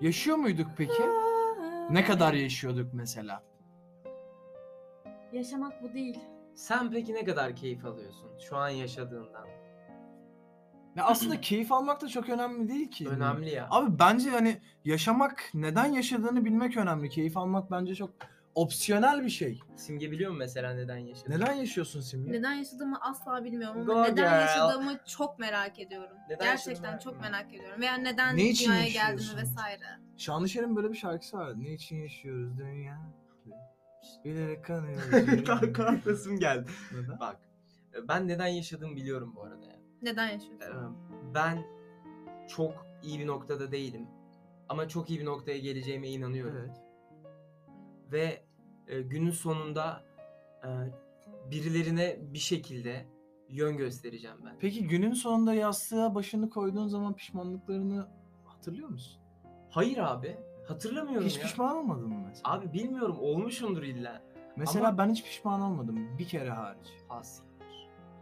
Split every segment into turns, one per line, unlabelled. Yaşıyor muyduk peki? Ne kadar yaşıyorduk mesela?
Yaşamak bu değil.
Sen peki ne kadar keyif alıyorsun şu an yaşadığından?
Ya aslında keyif almak da çok önemli değil ki.
Önemli ya.
Abi bence hani yaşamak, neden yaşadığını bilmek önemli. Keyif almak bence çok opsiyonel bir şey.
Simge biliyor mu mesela neden yaşadın?
Neden yaşıyorsun Simge?
Neden yaşadığımı asla bilmiyorum ama
Go
neden
girl.
yaşadığımı çok merak ediyorum.
Neden
Gerçekten
yaşadığını
çok
merak
merak ediyorum. Veya neden
Ne için
dünyaya geldiğimi
yaşıyorsun?
vesaire.
Şanlışer'in böyle bir şarkısı var. Ne için yaşıyoruz dünya? Bilerek kanıyoruz.
Kalkasım geldi.
Neden?
Bak ben neden yaşadığımı biliyorum bu arada. ya.
Neden
Ee,
yaşıyorsun?
Ben çok iyi bir noktada değilim. Ama çok iyi bir noktaya geleceğime inanıyorum.
Evet.
ve e, günün sonunda e, birilerine bir şekilde yön göstereceğim ben.
Peki günün sonunda yastığa başını koyduğun zaman pişmanlıklarını hatırlıyor musun?
Hayır abi, hatırlamıyorum
Hiç
ya.
pişman olmadın mı mesela?
Abi bilmiyorum, olmuşumdur illa.
mesela
ama-
ben hiç pişman olmadım bir kere hariç.
Hasil.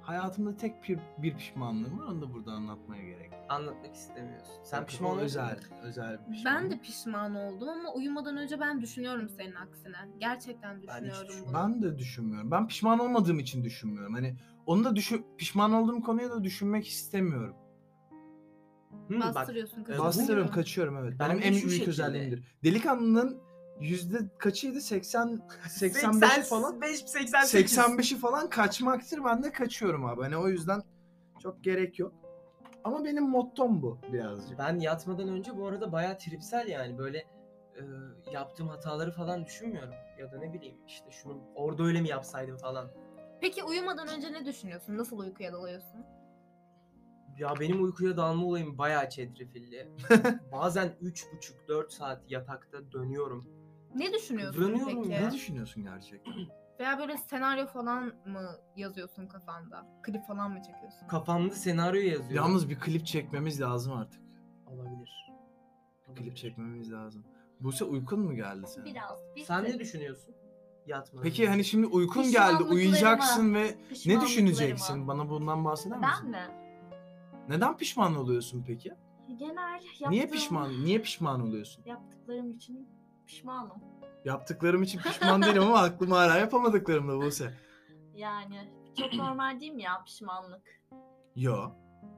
Hayatımda tek bir, bir pişmanlığım var onu da burada anlatmaya gerek. yok.
Anlatmak istemiyorsun. Sen
Yok,
pişman
o
oldun
özel,
mu?
özel bir
Ben
pişmanlık.
de pişman oldum ama uyumadan önce ben düşünüyorum senin aksine. Gerçekten
hiç
düşünüyorum bunu.
düşünmem.
Ben de düşünmüyorum. Ben pişman olmadığım için düşünmüyorum. Hani onu da düşün, pişman olduğum konuya da düşünmek istemiyorum.
Hı, bak,
Bastırıyorsun
e,
kızı.
Bastırıyorum, kaçıyorum evet.
Ben
Benim
de
en
şu
büyük
şekilde.
özelliğimdir. Delikanlının yüzde kaçıydı? 80 85'i falan.
85, 88.
85'i falan kaçmaktır. Ben de kaçıyorum abi. Hani o yüzden çok gerek yok. Ama benim mottom bu birazcık.
Ben yatmadan önce bu arada bayağı tripsel yani böyle e, yaptığım hataları falan düşünmüyorum. Ya da ne bileyim işte şunu orada öyle mi yapsaydım falan.
Peki uyumadan önce ne düşünüyorsun? Nasıl uykuya dalıyorsun?
Ya benim uykuya dalma olayım bayağı çetrefilli. Bazen 3,5-4 saat yatakta dönüyorum.
Ne düşünüyorsun
Dönüyorum,
peki?
Ne düşünüyorsun gerçekten?
Veya böyle senaryo falan mı yazıyorsun kafanda? Klip falan mı çekiyorsun?
Kafamda senaryo yazıyorum.
Yalnız bir klip çekmemiz lazım artık.
olabilir.
Klip çekmemiz lazım. Buse uykun mu geldi senin?
Biraz.
Sen ne düşünüyorsun? Yatmadan.
Peki hani şimdi uykun geldi,
Pişmanlıklarıma-
uyuyacaksın ve ne
Pişmanlıklarıma.
düşüneceksin? Bana bundan bahseder misin?
Ben mi?
Neden pişman oluyorsun peki?
Genel
Niye
yaptığım-
pişman? Niye pişman oluyorsun?
Yaptıklarım için pişmanım.
Yaptıklarım için pişman değilim ama aklım hala yapamadıklarımda Buse.
Yani çok normal değil mi ya pişmanlık?
Yo.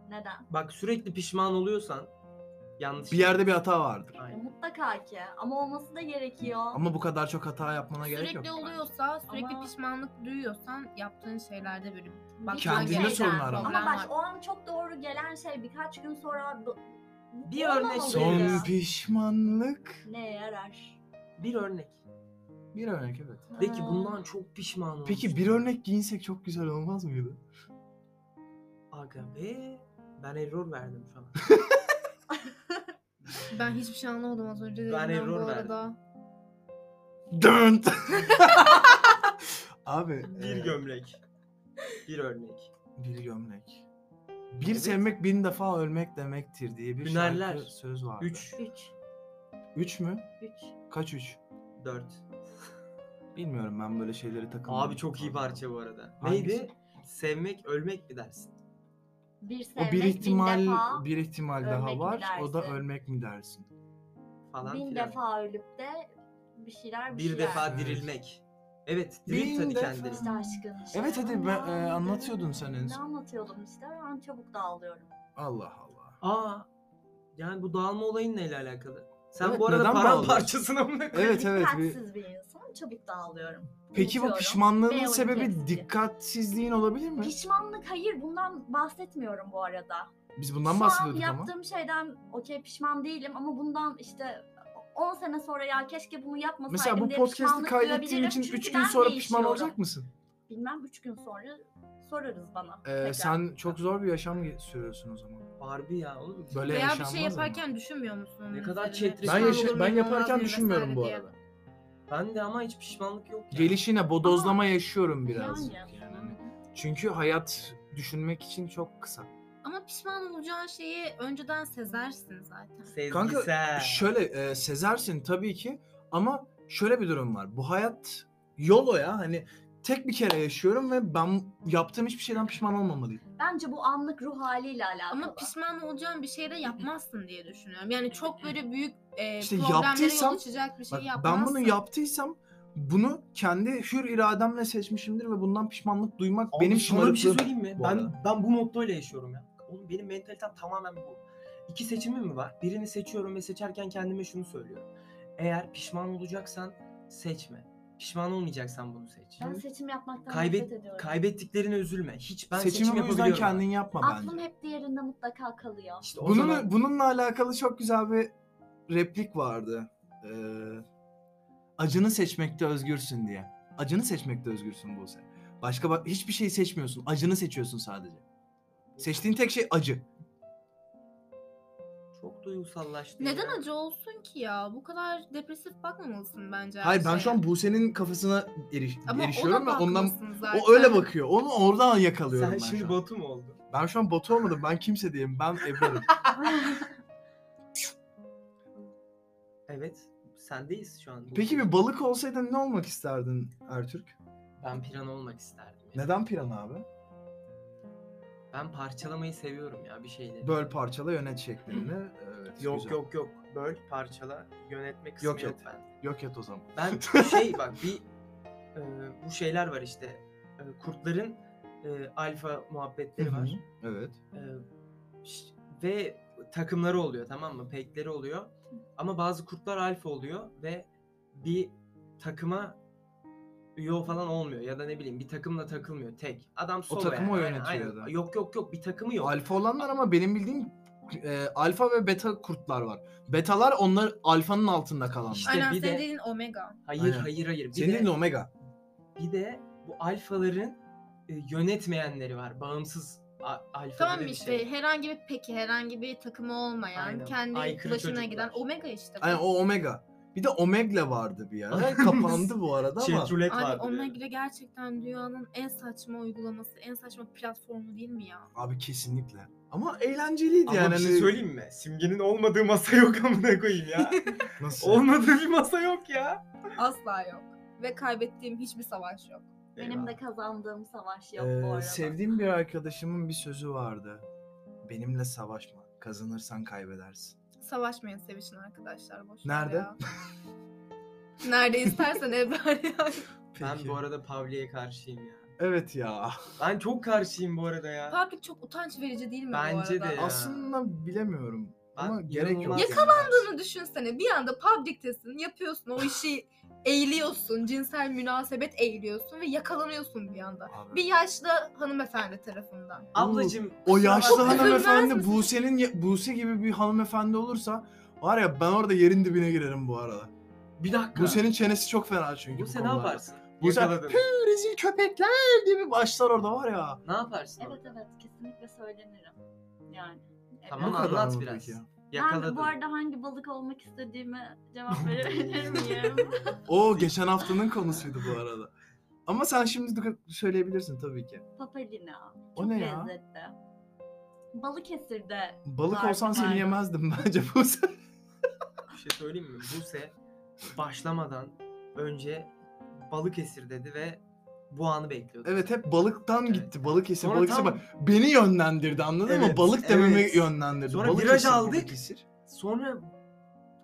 Neden?
Bak sürekli pişman oluyorsan yanlış.
Bir yerde bir hata vardır.
E,
Aynen.
mutlaka ki ama olması da gerekiyor.
Ama bu kadar çok hata yapmana gerek yok.
Sürekli oluyorsa, sürekli
Ama-
pişmanlık duyuyorsan yaptığın şeylerde böyle
Bir
bakman
Kendine
gereken
sorun
problem
arama.
Ama
var.
bak o an çok doğru gelen şey birkaç gün sonra bu- bu
Bir örnek
olmamalıydı.
Son pişmanlık.
Neye yarar?
Bir örnek.
Bir örnek evet.
De ki
Ha.
bundan çok pişman olmuşum.
Peki bir örnek giyinsek çok güzel olmaz mıydı?
Aga be. Ben error verdim şu an.
Ben hiçbir şey anlamadım az önce dediğinden
error
bu
verdim.
arada.
Dönt. Abi.
bir
e,
gömlek. Bir örnek.
Bir gömlek. Bir
Evet.
sevmek bin defa ölmek demektir diye bir
Hünerler.
şarkı söz vardı.
3,
3
Üç mü?
3
Kaç üç?
4.
Bilmiyorum ben böyle şeyleri takılmıyorum.
Abi çok iyi parça bu arada.
Hangisi?
Neydi? Sevmek, ölmek mi dersin?
Bir sevmek
O bir ihtimal
bin defa,
bir ihtimal
ölmek
daha
mi
var. O da
dersin?
ölmek mi dersin?
Falan
bin
filan.
defa ölüp de bir şeyler bir, şey
Bir
şeyler.
defa
Evet.
dirilmek. Evet,
Bin
dirilt hadi
defa.
kendini.
İşte aşkın işte.
Evet hadi ben, e,
Aman
anlatıyordun
dedim.
sen en
Ne
son.
anlatıyordum işte ben çabuk dağılıyorum.
Allah Allah.
Aa. Yani bu dağılma olayın neyle alakalı? Sen
Evet,
bu arada
neden
paran
dağılıyorsun?
parçasına mı
Evet evet. bir-
Dikkatsiz bir insan çabuk dağılıyorum.
Peki bu
Unutuyorum.
pişmanlığının
B12
sebebi
eksik.
dikkatsizliğin olabilir mi?
Pişmanlık hayır bundan bahsetmiyorum bu arada.
Biz bundan
Şu an
bahsediyorduk ama.
yaptığım şeyden okey pişman değilim ama bundan işte 10 sene sonra ya keşke bunu yapmasaydım
Mesela bu
diye
podcast'i
pişmanlık
kaydettiğim
duyabilirim.
için
Çünkü
3 gün
ben
sonra pişman
değişiyorum.
olacak mısın?
Bilmem 3 gün sonra sorarız bana.
Ee,
tekrar.
sen çok zor bir yaşam ge- sürüyorsun o zaman.
Harbi ya oğlum.
Böyle
Veya bir
yaşanmaz
şey
ama.
yaparken düşünmüyor musun?
Ne kadar
Üzerine
çetrefil.
Ben,
pişman
yaşa-
olur
yaşa- ben
muyum, olmaz
yaparken
mıyım
düşünmüyorum bu
vesaire
arada.
Ben de ama hiç pişmanlık yok ya.
Gelişine bodozlama yaşıyorum biraz.
Yani.
Yani hani. Çünkü hayat düşünmek için çok kısa.
diye. Ama pişman olacağın şeyi önceden sezersin zaten.
Sezgisel.
Kanka, Şöyle e, sezersin tabii ki ama şöyle bir durum var. Bu hayat yol o ya hani tek bir kere yaşıyorum ve ben yaptığım hiçbir şeyden pişman olmamalıyım.
Bence bu anlık ruh haliyle alakalı.
Ama pişman olacağın bir şey de yapmazsın diye düşünüyorum. Yani çok böyle büyük e,
İşte
problemlere
yaptıysam-
yol açacak bir şey
Bak,
yapmazsın.
ben bunu yaptıysam bunu kendi hür irademle seçmişimdir ve bundan pişmanlık duymak
Abi
benim
sana bir şey
şımarıklığım.
söyleyeyim mi?
bu
Ben
arada.
ben bu mottoyla yaşıyorum ya. Oğlum benim mentalitem tamamen bu. İki seçimim mi var? Birini seçiyorum ve seçerken kendime şunu söylüyorum. Eğer pişman olacaksan seçme. Pişman olmayacaksan bunu seç.
Ben seçim yapmaktan
Kaybet-
nefret ediyorum.
Kaybettiklerine üzülme. Hiç ben
Seçimi
seçim
bu yüzden
yapabiliyorum.
kendin yapma bence.
Aklım hep diğerinde mutlaka kalıyor.
İşte o
Bunun,
zaman
Bununla alakalı çok güzel bir replik vardı. Ee, acını seçmekte özgürsün diye. Acını seçmekte özgürsün Buse. Başka bak hiçbir şey seçmiyorsun. Acını seçiyorsun sadece. Seçtiğin tek şey acı.
çok duygusallaştı.
Neden
ya.
acı olsun ki ya? Bu kadar depresif bakmamalısın bence. her
Hayır ben
şeye.
şu an Buse'nin kafasına eriş-
Ama ona
erişiyorum ve ondan
bakmasın
o
zaten.
öyle bakıyor. Onu oradan yakalıyorum
Sen
ben
şimdi
şu an.
Batu mu oldun?
Ben şu an Batu olmadım. Ben kimse değilim. Ben Ebru'yum.
Evet. Sendeyiz şu an.
Peki bir balık olsaydın ne olmak isterdin Ertürk?
Ben piran olmak isterdim. ya.
Neden piran abi?
Ben parçalamayı seviyorum ya bir şeyleri.
Böl parçala yönet şeklinde. Ee, Evet,
Yok
güzel.
yok yok. Böl, parçala, yönetme kısmı
Yok
yok,
et.
ben.
Yok et o zaman.
Ben şey bak bir e, bu şeyler var işte. E, kurtların e, alfa muhabbetleri
Hı hı.
var.
Evet.
E, ş- ve takımları oluyor tamam mı? Pekleri oluyor. Ama bazı kurtlar alfa oluyor ve bir takıma üye falan olmuyor ya da ne bileyim bir takımla takılmıyor tek. Adam solo
takımı o
yani, aynen,
yönetiyor
aynen.
ya da.
Yok yok yok bir takımı yok.
Alfa olanlar ama benim bildiğim e, alfa ve beta kurtlar var. Betalar onlar alfanın altında kalanlar.
İşte
Aynen
bir de-
senin dediğin omega.
Hayır
Aynen.
hayır hayır. Bir
Senin
de-
dediğin omega.
Bir de bu alfaların e, yönetmeyenleri var. Bağımsız a- alfa
Tamam
gibi bir
işte
şey.
herhangi bir peki herhangi bir takımı olmayan
Aynen.
kendi
Aykırı
başına
çocuklar.
giden omega işte. bu.
Aynen o omega. Bir de omega vardı bir ara.
Aynen.
Kapandı bu arada ama.
Chat roulette
Abi
vardır yani.
Omegle gerçekten dünyanın en saçma uygulaması, en saçma platformu değil mi ya?
Abi kesinlikle. Ama eğlenceliydi
Ama
yani.
bir şey
hani-
söyleyeyim mi? Simge'nin olmadığı masa yok amına koyayım ya.
Nasıl?
olmadığı bir masa yok ya.
Asla yok. Ve kaybettiğim hiçbir savaş yok.
Benim de kazandığım savaş yok
Ee,
bu arada.
sevdiğim bir arkadaşımın bir sözü vardı. Benimle savaşma. Kazanırsan kaybedersin.
Savaşmayın sevişin arkadaşlar. Boş ver
Nerede?
ya. Nerede istersen Ebrar ya.
Ben
Peki.
bu arada Pavli'ye karşıyım ya.
Evet ya.
Ben çok karşıyım bu arada ya.
Public çok utanç verici değil mi bu arada?
Bence de ya.
Aslında bilemiyorum.
Ben
Ama gerek yok.
inanılmaz
yani.
Bunu düşünsene bir anda public'tesin yapıyorsun o işi eğiliyorsun cinsel münasebet eğiliyorsun ve yakalanıyorsun bir anda.
Abi.
Bir yaşlı hanımefendi tarafından.
Ablacım
O
kusura
yaşlı
bakma.
hanımefendi
misin?
Buse'nin ya- Buse gibi bir hanımefendi olursa var ya ben orada yerin dibine girerim bu arada.
Bir dakika.
Buse'nin çenesi çok fena çünkü.
Buse
bu
ne
konularda.
yaparsın?
Buse
Yakaladın.
"Pü, rezil köpekler diye bir başlar orada var ya.
Ne yaparsın?
Evet evet kesinlikle söylenirim. Yani. evet.
Tamam,
Bu kadar
anlat
mı
biraz.
peki ya?
Ben
Yakaladın.
bu arada hangi balık olmak istediğime cevap verebilir miyim?
O geçen haftanın konusuydu bu arada. Ama sen şimdi de- söyleyebilirsin tabii ki.
Papalina.
O
Çok
ne ya?
lezzetli. Balıkesir'de
Balık
Var,
olsan seni
var.
yemezdim bence Buse.
Bir şey söyleyeyim mi? Buse başlamadan önce Balıkesir dedi ve bu anı bekliyordu.
Evet hep balıktan
Evet.
gitti. Balık esir,
Sonra
balık esir.
tam-
Bak, Beni yönlendirdi anladın mı?
Evet,
Balık dememe
evet.
yönlendirdi.
Sonra
balık
viraj
esir, balık
aldık.
esir.
Sonra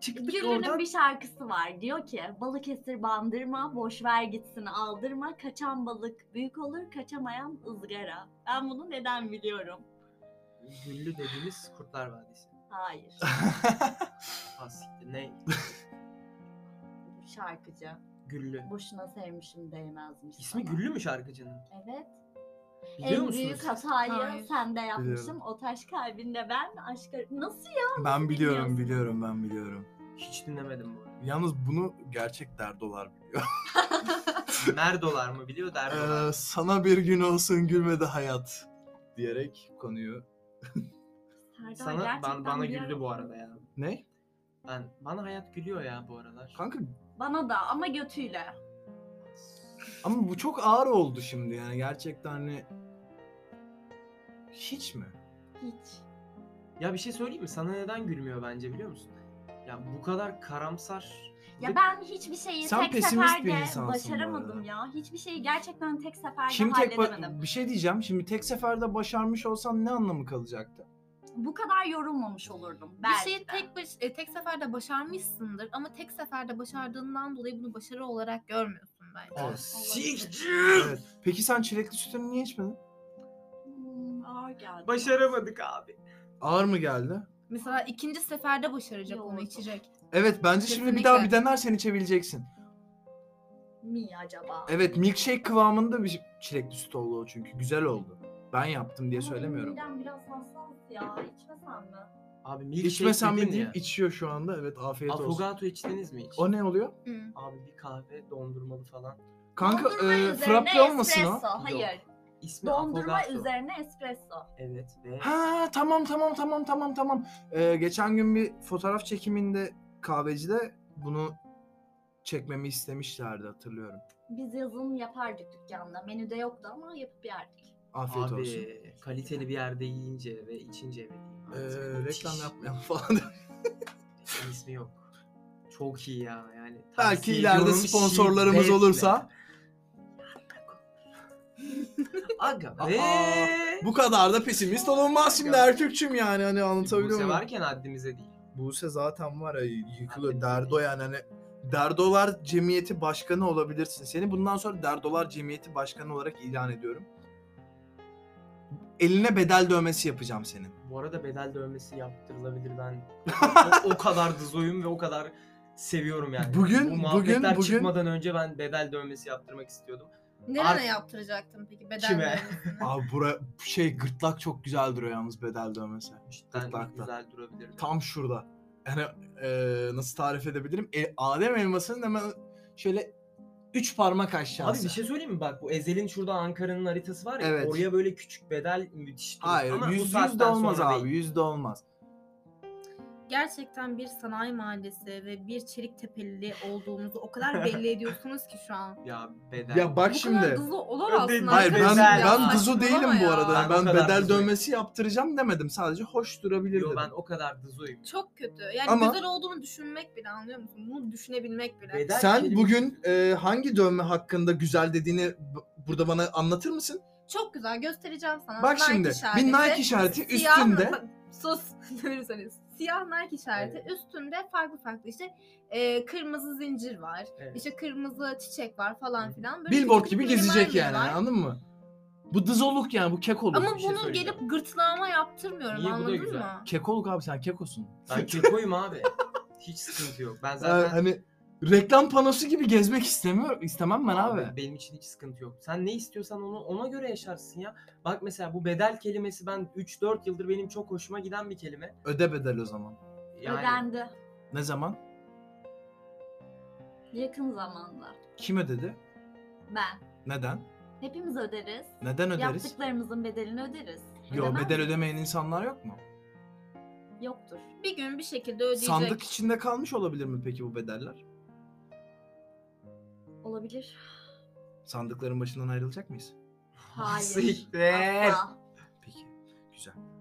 çıktık
Gürlü'nün
oradan.
bir şarkısı var. Diyor ki Balıkesir bandırma, boş ver gitsin aldırma. Kaçan balık büyük olur, kaçamayan ızgara. Ben bunu neden biliyorum?
Güllü dediğimiz Kurtlar Vadisi.
Hayır.
Asiktir. Ne?
Şarkıcı.
Güllü.
Boşuna sevmişim değmezmiş
İsmi
sana.
Güllü mü şarkıcının?
Evet.
Biliyor
en
musunuz?
büyük hatayı
Hayır.
sen de yapmışım.
Biliyorum.
O taş kalbinde ben aşka... Nasıl ya?
ben biliyorum
Bilmiyorsun.
biliyorum ben biliyorum.
Hiç dinlemedim bu.
Yalnız bunu gerçek derdolar biliyor.
Merdolar mı biliyor derdolar.
Ee, sana bir gün olsun gülmedi hayat diyerek konuyu.
Serdar
Sana
gerçekten
ban- bana
bir
güldü
ara-
bu arada ya.
Ne?
Ben bana hayat gülüyor ya bu aralar.
Kanka
Bana da ama götüyle.
ama bu çok ağır oldu şimdi yani gerçekten hani hiç mi?
Hiç.
Ya bir şey söyleyeyim mi? Sana neden gülmüyor bence biliyor musun? Ya bu kadar karamsar.
Ya ben hiçbir şeyi
Sen
tek
pesimist bir
seferde
insansın bu
başaramadım
arada.
ya. Hiçbir şeyi gerçekten tek seferde
Şimdi tek ba-
halledemedim.
bir şey diyeceğim. Şimdi tek seferde başarmış olsan ne anlamı kalacaktı?
bu kadar yorulmamış olurdum.
Bir
Belki
şeyi
de.
tek baş- e, tek seferde başarmışsındır ama tek seferde başardığından dolayı bunu başarı olarak görmüyorsun bence.
Evet.
Siktir.
Evet. Peki sen çilekli sütünü niye içmedin?
Hmm, ağır geldi.
Başaramadık abi.
Ağır mı geldi?
Mesela ikinci seferde başaracak onu
Yoğurt.
içecek.
Evet bence şimdi bir daha bir
Kesinlikle.
denersen içebileceksin.
mi acaba?
Evet milkshake kıvamında bir çilekli süt oldu o çünkü. Güzel oldu. Ben yaptım diye
Ama benim
söylemiyorum.
midem biraz hassas ya. İçmesem mi?
Abi milkshake
İçmesem mi
dedin
deyip
ya.
içiyor şu anda. Evet afiyet olsun.
Affogato içtiniz mi hiç?
O ne oluyor?
Hı.
Abi bir kahve dondurmalı falan.
Kanka
Dondurma
e,
üzerine
frappe olmasın o.
espresso. Hayır.
İsmi
Dondurma
affogato.
üzerine espresso.
Evet ve
Ha tamam tamam tamam tamam tamam. Ee, geçen gün bir fotoğraf çekiminde kahvecide bunu çekmemi istemişlerdi hatırlıyorum.
Biz yazın yapardık dükkanda. Menüde yoktu ama yapıp yerdik.
Afiyet
abi
olsun. E,
kaliteli bir yerde yiyince ve içince ve
Ee, reklam
yapma.
yapmayalım falan.
ismi yok. Çok iyi ya yani.
Belki
Tavsiye
ileride
ediyorum
sponsorlarımız
şiddetle.
olursa.
Aga
Aa,
be.
Bu kadar da pesimist olunmaz şimdi Erkük'çüm yani hani anlatabiliyor
Buse
muyum?
varken haddimize değil.
Buse zaten var ya yıkılıyor.
Haddimize
Derdo
değil.
yani hani Derdolar Cemiyeti Başkanı olabilirsin. Seni bundan sonra Derdolar Cemiyeti Başkanı olarak ilan ediyorum. Eline bedel dövmesi yapacağım senin.
Bu arada bedel dövmesi yaptırılabilir ben. o, o kadar dızoyum ve o kadar seviyorum yani.
Bugün-
bu
bugün-
muhabbetler
bugün-
çıkmadan önce ben bedel dövmesi yaptırmak istiyordum.
Nereye
Ar-
yaptıracaktın peki? Beden
Kime?
bölgesine?
Abi bura şey gırtlak çok güzel duruyor yalnız bedel dövmesi.
Cidden
Gırtlakta.
güzel durabilir.
Tam şurada. Yani eee, nasıl tarif edebilirim? E, Adem elmasının hemen şöyle üç parmak
Abi
aşağısı.
bir şey söyleyeyim mi? Bak bu Ezel'in şurada Ankara'nın haritası var ya.
Evet.
Oraya böyle küçük bedel müthiş durur.
Hayır
Ama bu
yüz, yüz de
saatten
olmaz
sonra
abi
değil.
yüz de olmaz.
Gerçekten bir sanayi mahallesi ve bir çelik tepeli olduğunuzu o kadar belli ediyorsunuz ki şu an.
Ya bedel.
Ya bak
Bu
şimdi.
kadar dızo olamazsın.
Ödeyin.
Hayır ben,
Bedel
arkadaşlar.
ya,
ben
Saçmalama
duzu değilim bu
ya.
arada.
Ben
Ben,
o kadar
bedel
duzuyum.
dövmesi yaptıracağım demedim. Sadece hoş durabilir
Yo,
dedim.
ben o kadar dızuyum.
Çok kötü. Yani
Ama-
güzel olduğunu düşünmek bile anlıyor musun? Bunu düşünebilmek bile.
Bedel
Sen
kelimesi-
bugün e, hangi dövme hakkında güzel dediğini b- burada bana anlatır mısın?
Çok güzel göstereceğim sana.
Bak şimdi, bir Nike işareti
Siyah-
üstünde-
Sus. Böyle söylüyorsun. Siyah Nike işareti üstünde farklı farklı işte e, kırmızı zincir var.
Evet.
İşte kırmızı çiçek var falan
Hı.
filan. Böyle
Billboard
küçük
gibi
kelimeler
gezecek
bile
yani
var.
anladın mı? Bu dızoluk yani bu kekoluk.
Ama
Bir şey
bunu
söyleyeceğim.
gelip gırtlağıma yaptırmıyorum
Niye? Bu da
anladın
güzel.
mı?
Kekoluk abi sen kekosun.
Ben kekoyum abi. Hiç sıkıntı yok. Ben
Yani
zaten
hani reklam panosu gibi gezmek istemiyor istemem ben abi.
Benim için hiç sıkıntı yok. Sen ne istiyorsan onu ona göre yaşarsın ya. Bak mesela bu bedel kelimesi ben 3-4 yıldır benim çok hoşuma giden bir kelime.
Öde bedel o zaman.
Yani
Ödendi.
Ne zaman?
Yakın zamanda.
Kim ödedi?
Ben.
Neden?
Hepimiz öderiz.
Neden öderiz?
Yaptıklarımızın bedelini öderiz.
Yo
Ödemez
bedel
mi?
ödemeyen insanlar yok mu?
Yoktur.
Bir gün bir şekilde ödeyecek.
Sandık içinde kalmış olabilir mi peki bu bedeller?
Olabilir.
Sandıkların başından ayrılacak mıyız?
Hayır.
Siktir.
Asla.
Peki. Güzel.